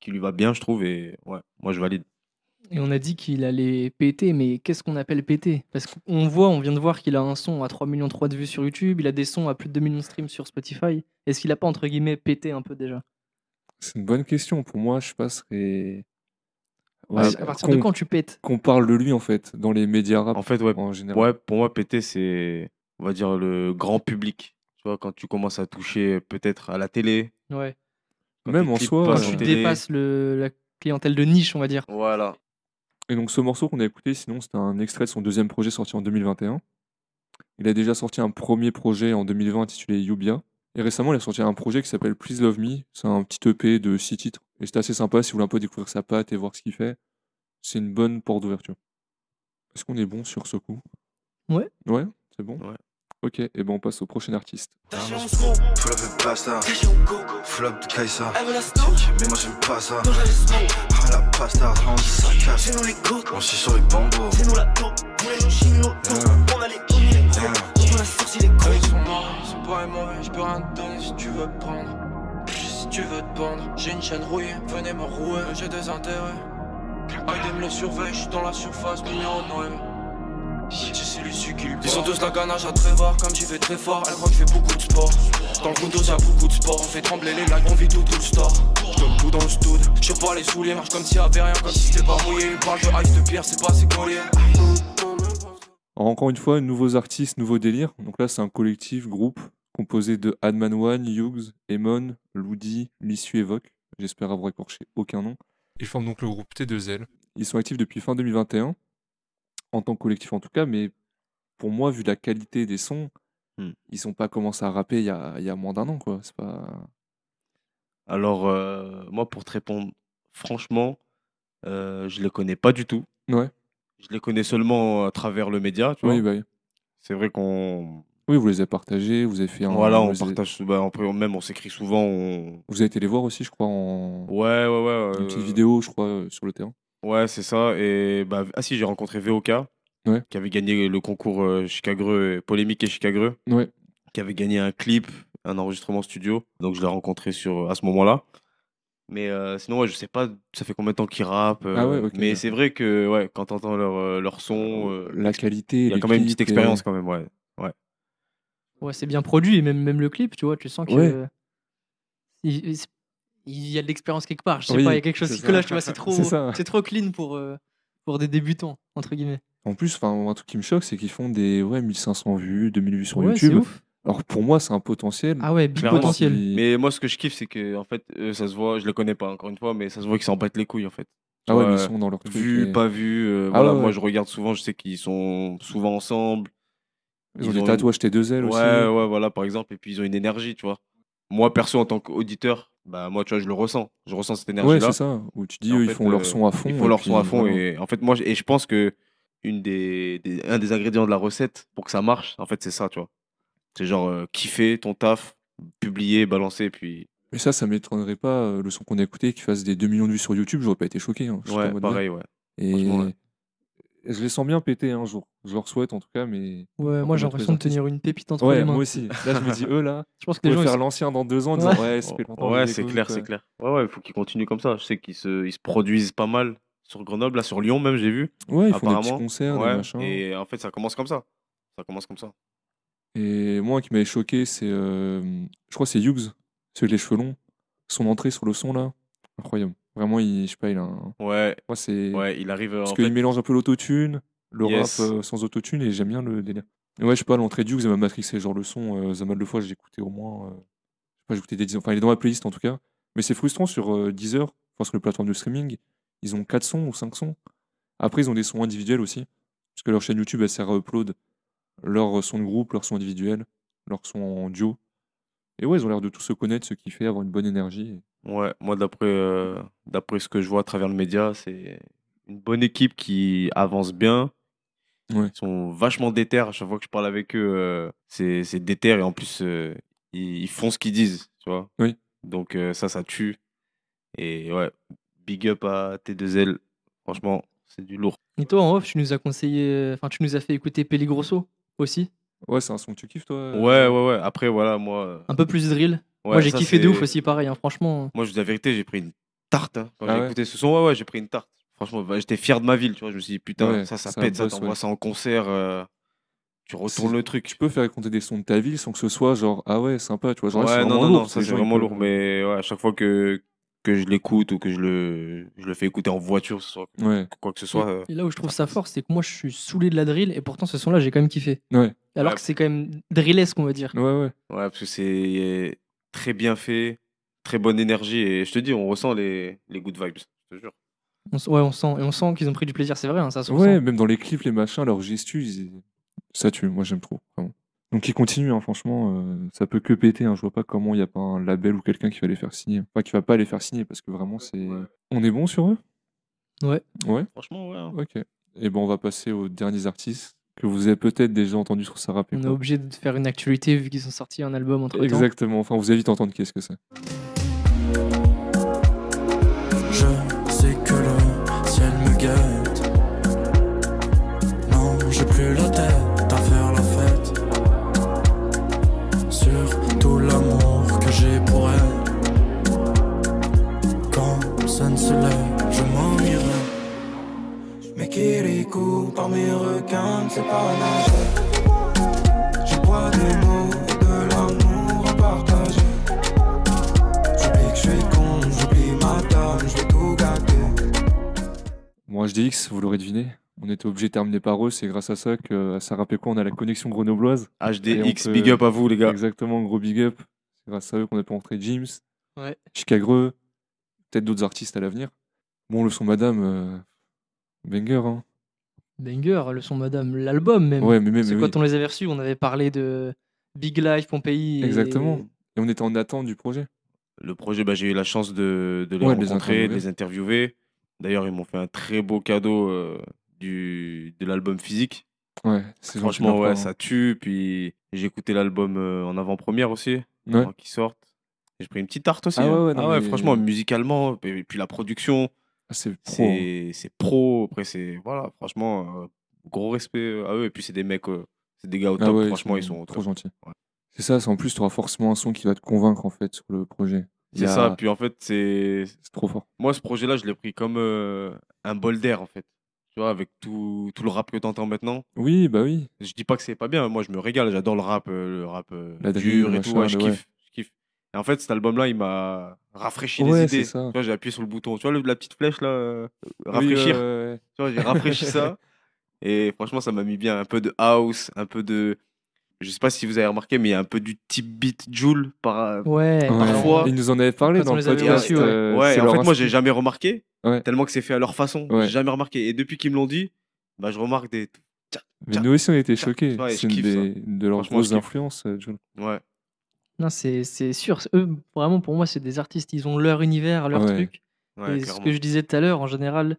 Speaker 3: qui lui va bien, je trouve. Et ouais, moi, je valide.
Speaker 2: Et on a dit qu'il allait péter, mais qu'est-ce qu'on appelle péter Parce qu'on voit, on vient de voir qu'il a un son à 3 millions de vues sur YouTube, il a des sons à plus de 2 millions de streams sur Spotify. Est-ce qu'il a pas, entre guillemets, pété un peu déjà
Speaker 1: C'est une bonne question. Pour moi, je passerais. Ouais,
Speaker 2: à, à partir de
Speaker 1: qu'on-
Speaker 2: quand tu pètes
Speaker 1: Qu'on parle de lui, en fait, dans les médias rap
Speaker 3: En fait, ouais,
Speaker 1: en général.
Speaker 3: ouais, pour moi, péter, c'est, on va dire, le grand public. Tu vois, quand tu commences à toucher peut-être à la télé.
Speaker 2: ouais.
Speaker 3: quand
Speaker 1: Même
Speaker 3: tes
Speaker 1: en
Speaker 3: clips
Speaker 1: soi,
Speaker 2: Quand
Speaker 3: passent
Speaker 1: euh,
Speaker 3: en
Speaker 2: tu
Speaker 1: ouais.
Speaker 3: télé.
Speaker 2: dépasses le, la clientèle de niche, on va dire.
Speaker 3: Voilà.
Speaker 1: Et donc, ce morceau qu'on a écouté, sinon, c'était un extrait de son deuxième projet sorti en 2021. Il a déjà sorti un premier projet en 2020 intitulé Yubia. Et récemment, il a sorti un projet qui s'appelle Please Love Me. C'est un petit EP de 6 titres. Et c'est assez sympa si vous voulez un peu découvrir sa patte et voir ce qu'il fait. C'est une bonne porte d'ouverture. Est-ce qu'on est bon sur ce coup
Speaker 2: Ouais.
Speaker 1: Ouais, c'est bon
Speaker 3: Ouais.
Speaker 1: Ok, et ben on passe au prochain artiste.
Speaker 5: Avance gros, flop et pasta, flop de Kaisa. Mais moi j'aime pas ça. Ah la pasta, là, on dit ça casse. On chie sur les bambous. Yeah. Yeah.
Speaker 8: Eux, Ils sont morts, ils sont pas et mauvais, je peux rien te donner si tu veux te prendre. Si tu veux te pendre, j'ai une chaîne rouillée, venez me rouer, j'ai des intérêts. Aidez me le surveille, je suis dans la surface, million Noël. C'est l'issue qui le Ils ont tous la ganache à Trévar, comme j'y vais très fort, elle croit que je fais beaucoup de sport. Dans le couteau, y'a beaucoup de sport, on fait trembler les lacs, on vit tout, tout le store. Comme tout dans le stud, je sais pas, les souliers marchent comme s'il y avait rien, comme si c'était pas mouillé. Ils parlent de ice de pierre, c'est pas ses colliers.
Speaker 5: Ah.
Speaker 1: Alors, encore une fois, nouveaux artistes, nouveaux délires. Donc là, c'est un collectif, groupe, composé de Adman One, Hughes, Emon, Loudi, Lissu et Vogue. J'espère avoir écorché aucun nom. Ils forment donc le groupe T2L. Ils sont actifs depuis fin 2021, en tant que collectif en tout cas, mais pour moi, vu la qualité des sons,
Speaker 3: Hmm.
Speaker 1: ils ont pas commencé à rapper il y a, il y a moins d'un an, quoi. C'est pas...
Speaker 3: Alors, euh, moi, pour te répondre, franchement, euh, je les connais pas du tout.
Speaker 1: Ouais.
Speaker 3: Je les connais seulement à travers le média. Tu
Speaker 1: Oui,
Speaker 3: vois.
Speaker 1: bah oui.
Speaker 3: C'est vrai qu'on.
Speaker 1: Oui, vous les avez partagés, vous avez fait un...
Speaker 3: Voilà, on
Speaker 1: vous avez-
Speaker 3: partage souvent. bah, on peut- même, on s'écrit souvent. On...
Speaker 1: Vous avez été les voir aussi, je crois, en...
Speaker 3: Ouais, ouais, ouais.
Speaker 1: Une petite
Speaker 3: euh,
Speaker 1: vidéo, je crois, euh, sur le terrain.
Speaker 3: Ouais, c'est ça. Et bah, ah si, j'ai rencontré VOK,
Speaker 1: Ouais.
Speaker 3: qui avait gagné le concours euh, Chicagreux, euh, Polémique et Chicagreux,
Speaker 1: Ouais.
Speaker 3: qui avait gagné un clip, un enregistrement studio. Donc je l'ai rencontré sur, à ce moment-là. Mais euh, sinon, ouais, je sais pas, ça fait combien de temps qu'ils rappent. euh,
Speaker 1: Ah ouais, ok,
Speaker 3: mais
Speaker 1: ouais.
Speaker 3: c'est vrai que ouais, quand t'entends leur, euh, leur son, euh,
Speaker 1: La euh, qualité.
Speaker 3: il y a
Speaker 1: les
Speaker 3: quand même une
Speaker 1: clips,
Speaker 3: petite expérience quand même, ouais.
Speaker 2: Ouais, c'est bien produit, et même, même le clip, tu vois, tu sens que.
Speaker 1: Ouais.
Speaker 2: Il, il- il y a de l'expérience quelque part, je sais
Speaker 1: Oui,
Speaker 2: pas, il y a quelque chose
Speaker 1: c'est
Speaker 2: qui
Speaker 1: ça.
Speaker 2: collage, tu vois, c'est trop,
Speaker 1: C'est ça.
Speaker 2: c'est trop clean pour, euh, pour des débutants, entre guillemets.
Speaker 1: En plus, enfin, un truc qui me choque, c'est qu'ils font des ouais, 1500 vues, 2000 vues sur
Speaker 2: ouais, c'est
Speaker 1: YouTube.
Speaker 2: ouf.
Speaker 1: Alors pour moi, c'est un potentiel.
Speaker 2: Ah ouais, big
Speaker 3: Clairement.
Speaker 2: potentiel.
Speaker 1: qui-
Speaker 3: Mais moi, ce que je kiffe, c'est que en fait, eux, ça se voit, je les connais pas encore une fois, mais ça se voit qu'ils s'en battent les couilles en fait.
Speaker 1: Ah ouais, mais
Speaker 3: Ouais.
Speaker 1: ils sont dans leur truc.
Speaker 3: Vu,
Speaker 1: et
Speaker 3: pas vu, euh,
Speaker 1: Ah
Speaker 3: voilà,
Speaker 1: ouais,
Speaker 3: moi
Speaker 1: ouais.
Speaker 3: je regarde souvent, je sais qu'ils sont souvent ensemble.
Speaker 1: Ils ont
Speaker 3: ils
Speaker 1: des
Speaker 3: ont-
Speaker 1: tatouages T2L
Speaker 3: Ouais,
Speaker 1: aussi.
Speaker 3: ouais, voilà, par exemple, et puis ils ont une énergie, tu vois. Moi, perso, en tant qu'auditeur, bah moi, tu vois, je le ressens, je ressens cette
Speaker 1: Ouais,
Speaker 3: énergie-là.
Speaker 1: c'est ça. Où tu dis,
Speaker 3: Et en
Speaker 1: eux,
Speaker 3: fait,
Speaker 1: ils font
Speaker 3: euh,
Speaker 1: leur son à fond.
Speaker 3: ils font leur
Speaker 1: et
Speaker 3: son à
Speaker 1: puis,
Speaker 3: fond,
Speaker 1: voilà.
Speaker 3: et en fait, moi, je- et je pense que une des, des- un des ingrédients de la recette pour que ça marche, en fait, c'est ça, tu vois. C'est genre euh, kiffer ton taf, publier, balancer, puis
Speaker 1: Mais ça, ça m'étonnerait pas, euh, le son qu'on a écouté, qui fasse des 2 millions de vues sur YouTube, j'aurais pas été choqué. hein, je suis en
Speaker 3: ouais,
Speaker 1: mode
Speaker 3: pareil, ouais.
Speaker 1: bien. Et
Speaker 3: franchement, ouais.
Speaker 1: et je les sens bien péter un jour. Je leur souhaite en tout cas, mais.
Speaker 2: Ouais, moi j'ai
Speaker 1: Entre les
Speaker 2: l'impression de
Speaker 1: artistes.
Speaker 2: tenir une pépite entre
Speaker 1: Ouais,
Speaker 2: les mains.
Speaker 1: moi aussi. Là, je me dis, eux, là,
Speaker 2: Je pense que
Speaker 1: ils
Speaker 2: les
Speaker 1: vont
Speaker 2: gens. ils
Speaker 1: faire
Speaker 2: sont-
Speaker 1: l'ancien dans deux ans en
Speaker 2: Ouais.
Speaker 1: disant, ouais, ça fait longtemps que je
Speaker 3: Oh, Ouais,
Speaker 1: les
Speaker 3: c'est
Speaker 1: écoute,
Speaker 3: clair,
Speaker 1: quoi.
Speaker 3: c'est clair. Ouais, ouais, il faut qu'ils continuent comme ça. Je sais qu'ils se, ils se produisent pas mal sur Grenoble, là, sur Lyon même, j'ai vu.
Speaker 1: Ouais, ils font des petits
Speaker 3: Apparemment,
Speaker 1: concerts,
Speaker 3: Ouais,
Speaker 1: Ah, des machins.
Speaker 3: et en fait, ça commence comme ça. Ça commence comme ça.
Speaker 1: Et moi, un qui m'avait choqué, c'est. euh, je crois que c'est Hughes, celui avec les cheveux longs. Son entrée sur le son, là, incroyable. Vraiment, il, je sais pas, il a un.
Speaker 3: Ouais,
Speaker 1: Moi, c'est.
Speaker 3: ouais, il arrive euh,
Speaker 1: Parce
Speaker 3: en
Speaker 1: qu'il
Speaker 3: fait.
Speaker 1: mélange un peu l'autotune, le
Speaker 3: Yes.
Speaker 1: rap euh, sans autotune, et j'aime bien le délire. Et ouais, je sais pas, l'entrée de Hughes, elle m'a matrixé. Genre, le son, euh, ça m'a de fois, j'ai écouté au moins. euh, je sais pas, j'ai écouté des dizaines. Enfin, il est dans ma playlist en tout cas. Mais c'est frustrant sur euh, Deezer, enfin, sur les plateformes de streaming. Ils ont 4 sons ou 5 sons. Après, ils ont des sons individuels aussi. Parce que leur chaîne YouTube, elle sert à upload leur son de groupe, leur son individuel, leur son en duo. Et ouais, ils ont l'air de tous se connaître, ce qui fait avoir une bonne énergie.
Speaker 3: Ouais, moi, d'après euh, d'après ce que je vois à travers le média, c'est une bonne équipe qui avance bien.
Speaker 1: Ouais.
Speaker 3: Ils sont vachement déter. À chaque fois que je parle avec eux, euh, c'est c'est déter. Et en plus, euh, ils, ils font ce qu'ils disent, tu vois.
Speaker 1: Oui.
Speaker 3: Donc, euh, ça, ça tue. Et ouais, big up à T2L. Franchement, c'est du lourd.
Speaker 2: Et toi en off, tu nous as conseillé, enfin tu nous as fait écouter Peligrosso aussi,
Speaker 1: Ouais, c'est un son que tu kiffes, toi euh,
Speaker 3: Ouais, ouais, ouais. Après, voilà, moi. euh,
Speaker 2: un peu plus drill.
Speaker 3: ouais,
Speaker 2: Euh, moi j'ai
Speaker 3: ça,
Speaker 2: kiffé de ouf
Speaker 3: c'est-
Speaker 2: aussi, pareil, hein, franchement.
Speaker 3: Moi, je vous dis la vérité, j'ai pris une tarte. hein. Quand
Speaker 1: Ah
Speaker 3: j'ai
Speaker 1: ouais
Speaker 3: écouté ce son, ouais, ouais, j'ai pris une tarte. Franchement, bah, j'étais fier de ma ville, tu vois. Je me suis dit, putain,
Speaker 1: Ouais,
Speaker 3: ça, ça,
Speaker 1: ça
Speaker 3: pète, ça,
Speaker 1: bosse,
Speaker 3: t'envoies
Speaker 1: ouais.
Speaker 3: ça en concert, euh, tu retournes
Speaker 1: C'est-
Speaker 3: le truc.
Speaker 1: tu peux faire écouter des sons de ta ville sans que ce soit genre ah ouais sympa tu vois genre là,
Speaker 3: ouais,
Speaker 1: c'est
Speaker 3: non,
Speaker 1: vraiment
Speaker 3: non,
Speaker 1: lourd,
Speaker 3: non, ça
Speaker 1: les
Speaker 3: c'est
Speaker 1: gens, ils
Speaker 3: vraiment
Speaker 1: peuvent-
Speaker 3: lourd. Mais ouais, à chaque fois que, que je l'écoute ou que je le, je le fais écouter en voiture, ce soit-
Speaker 1: ouais
Speaker 3: quoi que ce soit. euh,
Speaker 2: Et là où je trouve ça fort, c'est que moi je suis saoulé de la drill et pourtant ce son-là j'ai quand même kiffé.
Speaker 1: Ouais.
Speaker 2: Alors
Speaker 3: Ouais.
Speaker 2: que c'est quand même drillesque on va dire.
Speaker 1: ouais ouais
Speaker 3: euh, Ouais, parce que c'est très bien fait, très bonne énergie. Et je te dis, on ressent les, les good vibes, je te jure.
Speaker 2: On, s- ouais, on sent, et on sent qu'ils ont pris du plaisir, c'est vrai, hein, ça se
Speaker 1: ouais
Speaker 2: ressent.
Speaker 1: même dans les clips les machins leurs gestues ils- ça tue moi j'aime trop vraiment. donc ils continuent hein, franchement euh, ça peut que péter hein. je vois pas comment il y a pas un label ou quelqu'un qui va les faire signer enfin qui va pas les faire signer parce que vraiment c'est on est bon sur eux
Speaker 2: Ouais.
Speaker 1: ouais
Speaker 3: Franchement, ouais. hein.
Speaker 1: ok et ben on va passer aux derniers artistes que vous avez peut-être déjà entendu sur sa rap
Speaker 2: On est obligé de faire une actualité vu qu'ils ont sorti un album entre temps.
Speaker 1: exactement enfin vous allez vite entendre qu'est-ce que c'est
Speaker 7: Je sais que le ciel me guette. Non, j'ai plus la tête à faire la fête. Sur tout l'amour que j'ai pour elle. Quand le sun se lève, je m'en irai. Mais Kirikou parmi requins, c'est pas nager. Je bois des mots et de l'amour à partager. J'oublie que je suis con, j'oublie ma dame, je vais tout gâter.
Speaker 1: Bon, HDX, vous l'aurez deviné, on était obligé de terminer par eux. C'est grâce à ça que à Sarah Péco, on a la connexion grenobloise.
Speaker 3: HDX,
Speaker 1: Et on
Speaker 3: big
Speaker 1: peut-
Speaker 3: up à vous, les gars.
Speaker 1: Exactement, gros big up. C'est grâce à eux qu'on a pu rentrer James,
Speaker 2: Ouais.
Speaker 1: Chicagreux, peut-être d'autres artistes à l'avenir. Bon, le son Madame, euh, banger. Hein.
Speaker 2: Banger, le son Madame, l'album même.
Speaker 1: Ouais, mais même.
Speaker 2: Parce que
Speaker 1: mais oui.
Speaker 2: quand on les avait reçus, on avait parlé de Big Life, Pompéi. et-
Speaker 1: Exactement. Et on était en attente du projet.
Speaker 3: Le projet, bah, j'ai eu la chance de, de les
Speaker 1: Ouais, de les
Speaker 3: rencontrer, de les interviewer. D'ailleurs, ils m'ont fait un très beau cadeau euh, du, de l'album physique.
Speaker 1: Ouais, c'est gentil de
Speaker 3: Franchement,
Speaker 1: leur
Speaker 3: ouais,
Speaker 1: part, hein.
Speaker 3: ça tue. Puis j'ai écouté l'album euh, en avant-première aussi,
Speaker 1: hein. Ouais.
Speaker 3: avant qu'il sorte. J'ai pris une petite tarte aussi.
Speaker 1: Ah
Speaker 3: hein.
Speaker 1: ouais, ouais, non, mais-
Speaker 3: franchement, musicalement, et puis la production,
Speaker 1: Ah, C'est pro. hein.
Speaker 3: C'est c'est pro. Après, c'est. Voilà, franchement, euh, gros respect à eux. Et puis, c'est des mecs. euh, c'est des gars au
Speaker 1: Ah
Speaker 3: top.
Speaker 1: ouais,
Speaker 3: franchement, ils sont au
Speaker 1: trop
Speaker 3: top.
Speaker 1: gentils.
Speaker 3: Ouais.
Speaker 1: C'est ça, c'est en plus, tu auras forcément un son qui va te convaincre en fait sur le projet. Il y
Speaker 3: C'est
Speaker 1: a-
Speaker 3: ça. Puis, en fait, c'est.
Speaker 1: C'est trop fort.
Speaker 3: Moi, ce projet-là, je l'ai pris comme euh, un bol d'air, en fait. Tu vois, avec tout, tout le rap que t'entends maintenant.
Speaker 1: Oui, bah oui.
Speaker 3: Je dis pas que c'est pas bien, moi je me régale, j'adore le rap, euh, le rap euh,
Speaker 1: La drill,
Speaker 3: dur et
Speaker 1: machin,
Speaker 3: tout, ouais, je
Speaker 1: le- ouais.
Speaker 3: kiffe, je kiffe. Et en fait, cet album-là, il m'a rafraîchi
Speaker 1: Ouais,
Speaker 3: les
Speaker 1: c'est
Speaker 3: idées. Tu
Speaker 1: ça.
Speaker 3: vois, j'ai appuyé sur le bouton, tu vois le- la petite flèche là, euh, rafraîchir.
Speaker 1: Oui, ouais, ouais.
Speaker 3: Tu vois, j'ai rafraîchi ça. Et franchement, ça m'a mis bien un peu de house, un peu de. Je sais pas si vous avez remarqué, mais il y a un peu du type beat Joule par. euh,
Speaker 2: Ouais,
Speaker 1: Ouais.
Speaker 3: parfois-
Speaker 1: Ils nous en avaient parlé
Speaker 2: En fait,
Speaker 1: dans
Speaker 2: on
Speaker 1: le
Speaker 2: les avait
Speaker 1: podcast.
Speaker 2: reçus, ouais.
Speaker 1: euh,
Speaker 3: ouais,
Speaker 1: c'est
Speaker 3: et en
Speaker 1: leur
Speaker 3: fait, moi,
Speaker 1: inspi-
Speaker 3: j'ai jamais remarqué,
Speaker 1: Ouais.
Speaker 3: tellement que c'est fait à leur façon.
Speaker 1: Ouais.
Speaker 3: J'ai jamais remarqué. Et depuis qu'ils me l'ont dit, bah, je remarque des.
Speaker 1: Mais nous aussi, on était
Speaker 3: Tiens,
Speaker 1: choqués.
Speaker 3: ouais, je
Speaker 1: c'est une
Speaker 3: kiffe hein.
Speaker 1: des- de leurs
Speaker 3: Franchement, je
Speaker 1: grosses
Speaker 3: kiffe.
Speaker 1: influences, euh, Joel.
Speaker 3: Ouais,
Speaker 2: non, c'est c'est sûr. Eux, vraiment, pour moi, c'est des artistes. Ils ont leur univers, leur
Speaker 1: Ouais.
Speaker 2: truc.
Speaker 3: ouais,
Speaker 2: et ce
Speaker 3: clairement.
Speaker 2: que je disais tout à l'heure, en général,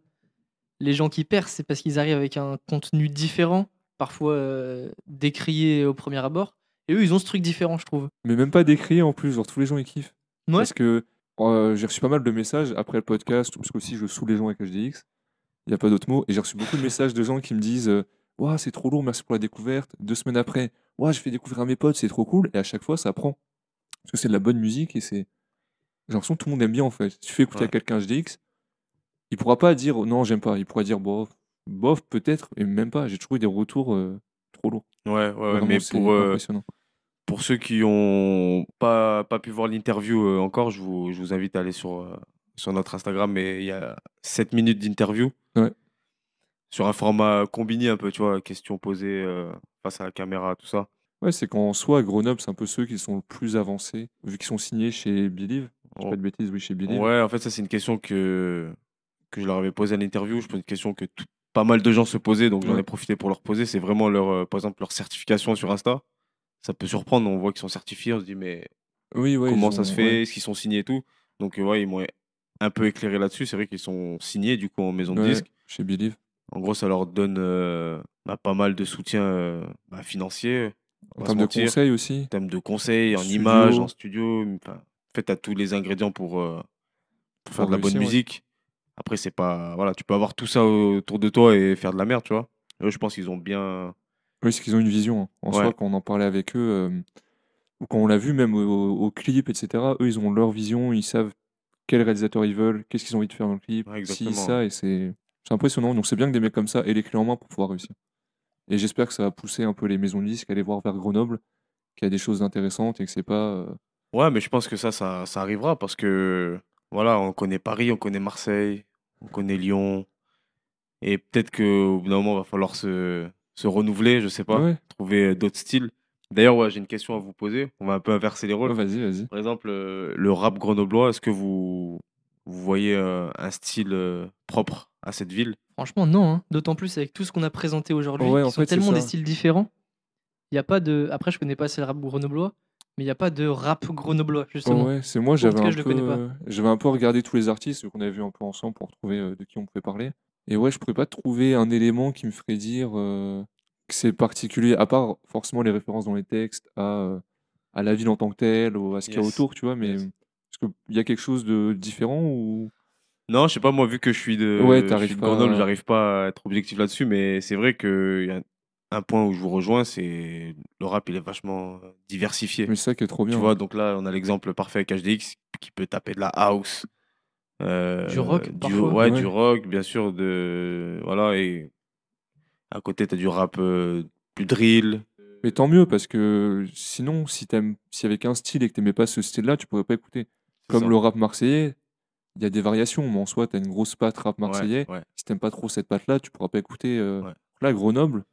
Speaker 2: les gens qui percent, c'est parce qu'ils arrivent avec un contenu différent, parfois euh, décrié au premier abord. Et eux, ils ont ce truc différent, je trouve.
Speaker 1: Mais même pas décrié en plus, genre tous les gens ils kiffent.
Speaker 2: Ouais.
Speaker 1: Parce que euh, j'ai reçu pas mal de messages après le podcast, parce que aussi je saoule les gens avec HDX, il n'y a pas d'autre mot, et j'ai reçu beaucoup de messages de gens qui me disent euh, Ouah, c'est trop lourd, merci pour la découverte. Deux semaines après, Ouah, je fais découvrir à mes potes, c'est trop cool, et à chaque fois ça prend. Parce que c'est de la bonne musique et c'est. J'ai l'impression que tout le monde aime bien en fait. Si tu fais écouter à
Speaker 3: Ouais.
Speaker 1: quelqu'un HDX, il pourra pas dire non, j'aime pas, il pourra dire bof, bof peut-être, et même pas. J'ai toujours eu des retours euh, trop lourds.
Speaker 3: Ouais, ouais, ouais,
Speaker 1: Vraiment,
Speaker 3: mais
Speaker 1: c'est
Speaker 3: pour. euh,
Speaker 1: impressionnant.
Speaker 3: Pour ceux qui n'ont pas, pas pu voir l'interview euh, encore, je vous, je vous invite à aller sur, euh, sur notre Instagram. Mais il y a 7 minutes d'interview.
Speaker 1: Ouais.
Speaker 3: Sur un format combiné un peu, tu vois, questions posées euh, face à la caméra, tout ça.
Speaker 1: Ouais, c'est qu'en soi, à Grenoble, c'est un peu ceux qui sont le plus avancés, vu qu'ils sont signés chez Believe. Je dis
Speaker 3: Oh.
Speaker 1: pas de bêtises, oui, chez Believe.
Speaker 3: Ouais, en fait, ça, c'est une question que, que je leur avais posée à l'interview. Je pose une question que tout- pas mal de gens se posaient, donc j'en
Speaker 1: Ouais.
Speaker 3: ai profité pour leur poser. C'est vraiment, leur, euh, par exemple, leur certification sur Insta. Ça peut surprendre, on voit qu'ils sont certifiés, on se dit, mais
Speaker 1: Oui, ouais, ils
Speaker 3: comment
Speaker 1: ont-
Speaker 3: ça se
Speaker 1: ouais.
Speaker 3: fait, ce qu'ils sont signés et tout. Donc, euh, ouais, ils m'ont un peu éclairé là-dessus. C'est vrai qu'ils sont signés, du coup, en maison de
Speaker 1: Ouais,
Speaker 3: disque.
Speaker 1: Chez Believe.
Speaker 3: En gros, ça leur donne euh, bah, pas mal de soutien euh, bah, financier,
Speaker 1: En
Speaker 3: va
Speaker 1: termes
Speaker 3: se
Speaker 1: de
Speaker 3: mentir.
Speaker 1: conseils aussi.
Speaker 3: en termes de conseils, en
Speaker 1: Studio.
Speaker 3: images, en studio. Enfin, en fait, t'as tous les ingrédients pour, euh, pour faire
Speaker 1: Pour
Speaker 3: de la bonne
Speaker 1: réussir, ouais.
Speaker 3: musique. Après, c'est pas. Voilà, tu peux avoir tout ça autour de toi et faire de la merde, tu vois. Eux, je pense qu'ils ont bien.
Speaker 1: Oui, c'est qu'ils ont une vision. hein. En
Speaker 3: Ouais.
Speaker 1: soi, quand on en parlait avec eux, euh, ou quand on l'a vu même au, au clip, etc., eux, ils ont leur vision, ils savent quel réalisateur ils veulent, qu'est-ce qu'ils ont envie de faire dans le clip,
Speaker 3: Ouais,
Speaker 1: si,
Speaker 3: exactement,
Speaker 1: ça, et c'est c'est impressionnant. Donc c'est bien que des mecs comme ça aient les clés en main pour pouvoir réussir. Et j'espère que ça va pousser un peu les maisons de disques à aller voir vers Grenoble, qu'il y a des choses intéressantes et que c'est pas. euh,
Speaker 3: Ouais, mais je pense que ça, ça, ça arrivera parce que voilà, on connaît Paris, on connaît Marseille, on connaît Lyon. Et peut-être qu'au bout d'un moment, il va falloir se, se renouveler, je sais pas,
Speaker 1: Ouais,
Speaker 3: trouver d'autres styles. D'ailleurs, ouais, j'ai une question à vous poser. On va un peu inverser les
Speaker 1: ouais,
Speaker 3: rôles.
Speaker 1: vas-y, vas-y.
Speaker 3: Par exemple, euh, le rap grenoblois, est-ce que vous, vous voyez euh, un style euh, propre à cette ville?
Speaker 2: Franchement, non. hein. D'autant plus avec tout ce qu'on a présenté aujourd'hui.
Speaker 1: Ouais, en
Speaker 2: qui sont
Speaker 1: fait, c'est
Speaker 2: tellement des
Speaker 1: ça.
Speaker 2: styles différents. Il y a pas de. Après, je connais pas assez le rap grenoblois, mais il n'y a pas de rap grenoblois, justement.
Speaker 1: Ouais, c'est moi,
Speaker 2: tout
Speaker 1: j'avais
Speaker 2: cas,
Speaker 1: un,
Speaker 2: je le
Speaker 1: peu,
Speaker 2: connais pas.
Speaker 1: euh, j'avais un peu regardé tous les artistes qu'on avait vus un peu ensemble pour trouver euh, de qui on pouvait parler. Et ouais, je pouvais pas trouver un élément qui me ferait dire euh, que c'est particulier, à part forcément les références dans les textes à, euh, à la ville en tant que telle, ou à ce qu'il y a
Speaker 3: Yes,
Speaker 1: autour, tu vois, mais
Speaker 3: yes.
Speaker 1: est-ce qu'il y a quelque chose de différent ou...
Speaker 3: Non, je sais pas, moi, vu que je suis de,
Speaker 1: Ouais,
Speaker 3: je
Speaker 1: t'arrives
Speaker 3: suis de
Speaker 1: pas
Speaker 3: Grenoble,
Speaker 1: à-
Speaker 3: j'arrive pas à être objectif là-dessus, mais c'est vrai qu'il y a un point où je vous rejoins, c'est le rap, il est vachement euh, diversifié.
Speaker 1: Mais c'est ça qui est trop
Speaker 3: Tu
Speaker 1: bien.
Speaker 3: vois, donc là, on a l'exemple parfait avec HDX qui peut taper de la house. euh,
Speaker 2: Du rock, parfois.
Speaker 1: Ouais.
Speaker 3: ouais, du rock, bien sûr, de. Voilà, et à côté, t'as du rap euh, plus drill.
Speaker 1: Mais tant mieux, parce que sinon, si t'aimes, s'il y avait qu'un style et que t'aimais pas ce style-là, tu pourrais pas écouter.
Speaker 3: c'est
Speaker 1: Comme
Speaker 3: ça.
Speaker 1: le rap marseillais, il y a des variations, mais en soi, t'as une grosse patte rap
Speaker 3: Ouais,
Speaker 1: marseillais.
Speaker 3: ouais.
Speaker 1: si t'aimes pas trop cette patte-là, tu pourras pas écouter. euh,
Speaker 3: Ouais.
Speaker 1: Là, Grenoble,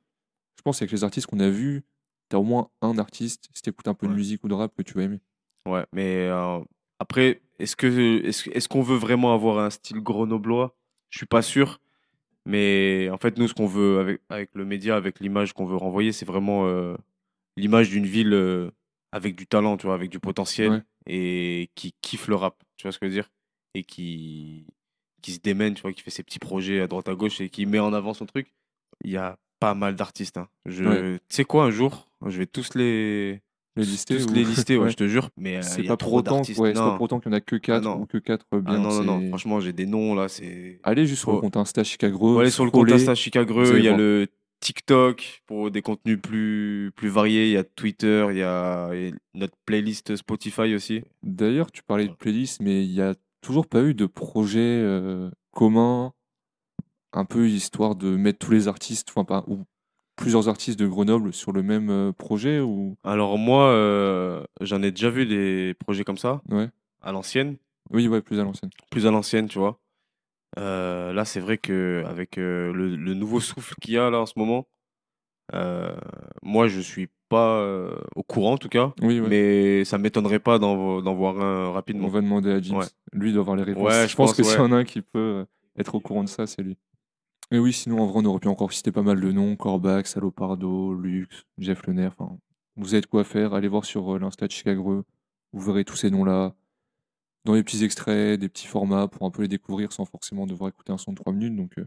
Speaker 1: je pense avec les artistes qu'on a vus, t'as au moins un artiste, si t'écoutes un peu de
Speaker 3: Ouais.
Speaker 1: musique ou de rap, que tu vas aimer.
Speaker 3: Ouais, mais euh, après, est-ce que est-ce, est-ce qu'on veut vraiment avoir un style grenoblois? Je suis pas sûr. Mais en fait, nous, ce qu'on veut avec, avec le média, avec l'image qu'on veut renvoyer, c'est vraiment euh, l'image d'une ville euh, avec du talent, tu vois, avec du potentiel
Speaker 1: Ouais.
Speaker 3: et qui kiffe le rap, tu vois ce que je veux dire? Et qui, qui se démène, tu vois, qui fait ses petits projets à droite à gauche et qui met en avant son truc. Il y a pas mal d'artistes, hein. Je,
Speaker 1: Ouais.
Speaker 3: tu sais quoi, un jour, je vais tous les,
Speaker 1: Les lister
Speaker 3: Tous
Speaker 1: ou-
Speaker 3: les listés, ouais,
Speaker 1: Ouais.
Speaker 3: je te jure. Mais euh,
Speaker 1: C'est
Speaker 3: y a
Speaker 1: pas pour
Speaker 3: trop
Speaker 1: autant,
Speaker 3: d'artistes.
Speaker 1: ouais, c'est
Speaker 3: non.
Speaker 1: pas pour autant qu'il y en a que 4
Speaker 3: non.
Speaker 1: ou que 4 bien.
Speaker 3: Ah non, non, non,
Speaker 1: c'est-
Speaker 3: Franchement, j'ai des noms là. C'est.
Speaker 1: Allez juste sur le
Speaker 3: Faut-
Speaker 1: compte Insta Chicago.
Speaker 3: Faut aller sur le compte
Speaker 1: scroller.
Speaker 3: Insta Chicago.
Speaker 1: Vous allez
Speaker 3: Il y a
Speaker 1: voir.
Speaker 3: le TikTok pour des contenus plus, plus variés. Il y a Twitter. Il y a et notre playlist Spotify aussi.
Speaker 1: D'ailleurs, tu parlais de playlist, mais il n'y a toujours pas eu de projet euh, commun, un peu histoire de mettre tous les artistes, enfin, pas, ou plusieurs artistes de Grenoble sur le même euh, projet ou...
Speaker 3: Alors moi, euh, j'en ai déjà vu des projets comme ça
Speaker 1: Ouais.
Speaker 3: à l'ancienne,
Speaker 1: Oui, ouais, plus à l'ancienne.
Speaker 3: plus à l'ancienne, tu vois. Euh, là, c'est vrai que avec euh, le, le nouveau souffle qu'il y a là en ce moment, euh, moi je suis pas euh, au courant en tout cas,
Speaker 1: Oui, ouais.
Speaker 3: mais ça m'étonnerait pas d'en vo- d'en voir un
Speaker 1: On
Speaker 3: rapidement.
Speaker 1: va demander à James.
Speaker 3: Ouais.
Speaker 1: Lui doit avoir les réponses.
Speaker 3: Ouais,
Speaker 1: je,
Speaker 3: je
Speaker 1: pense,
Speaker 3: pense,
Speaker 1: que s'il y
Speaker 3: ouais.
Speaker 1: en a un qui peut euh, être au courant de ça, c'est lui. Mais oui, sinon, en vrai, on aurait pu encore citer pas mal de noms Corbac, Salopardo, Lux, Jeff Lener. Enfin, vous avez de quoi faire. Allez voir sur euh, l'Insta de Chicagreux. Vous verrez tous ces noms-là. Dans les petits extraits, des petits formats pour un peu les découvrir sans forcément devoir écouter un son de 3 minutes. Donc, euh,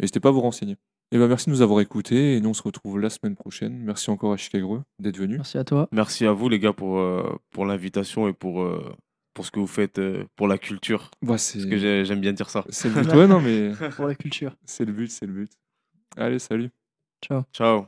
Speaker 1: n'hésitez pas à vous renseigner. Et ben, merci de nous avoir écoutés. Et nous, on se retrouve la semaine prochaine. Merci encore à Chicagreux d'être venu.
Speaker 2: Merci à toi.
Speaker 3: Merci à vous les gars pour euh, pour l'invitation et pour euh, pour ce que vous faites euh, pour la culture,
Speaker 1: Bah, c'est
Speaker 3: parce que j'ai- j'aime bien dire ça.
Speaker 1: c'est le but. Ouais, non, mais
Speaker 2: Pour la culture.
Speaker 1: c'est le but, c'est le but. Allez, salut.
Speaker 2: Ciao.
Speaker 3: Ciao.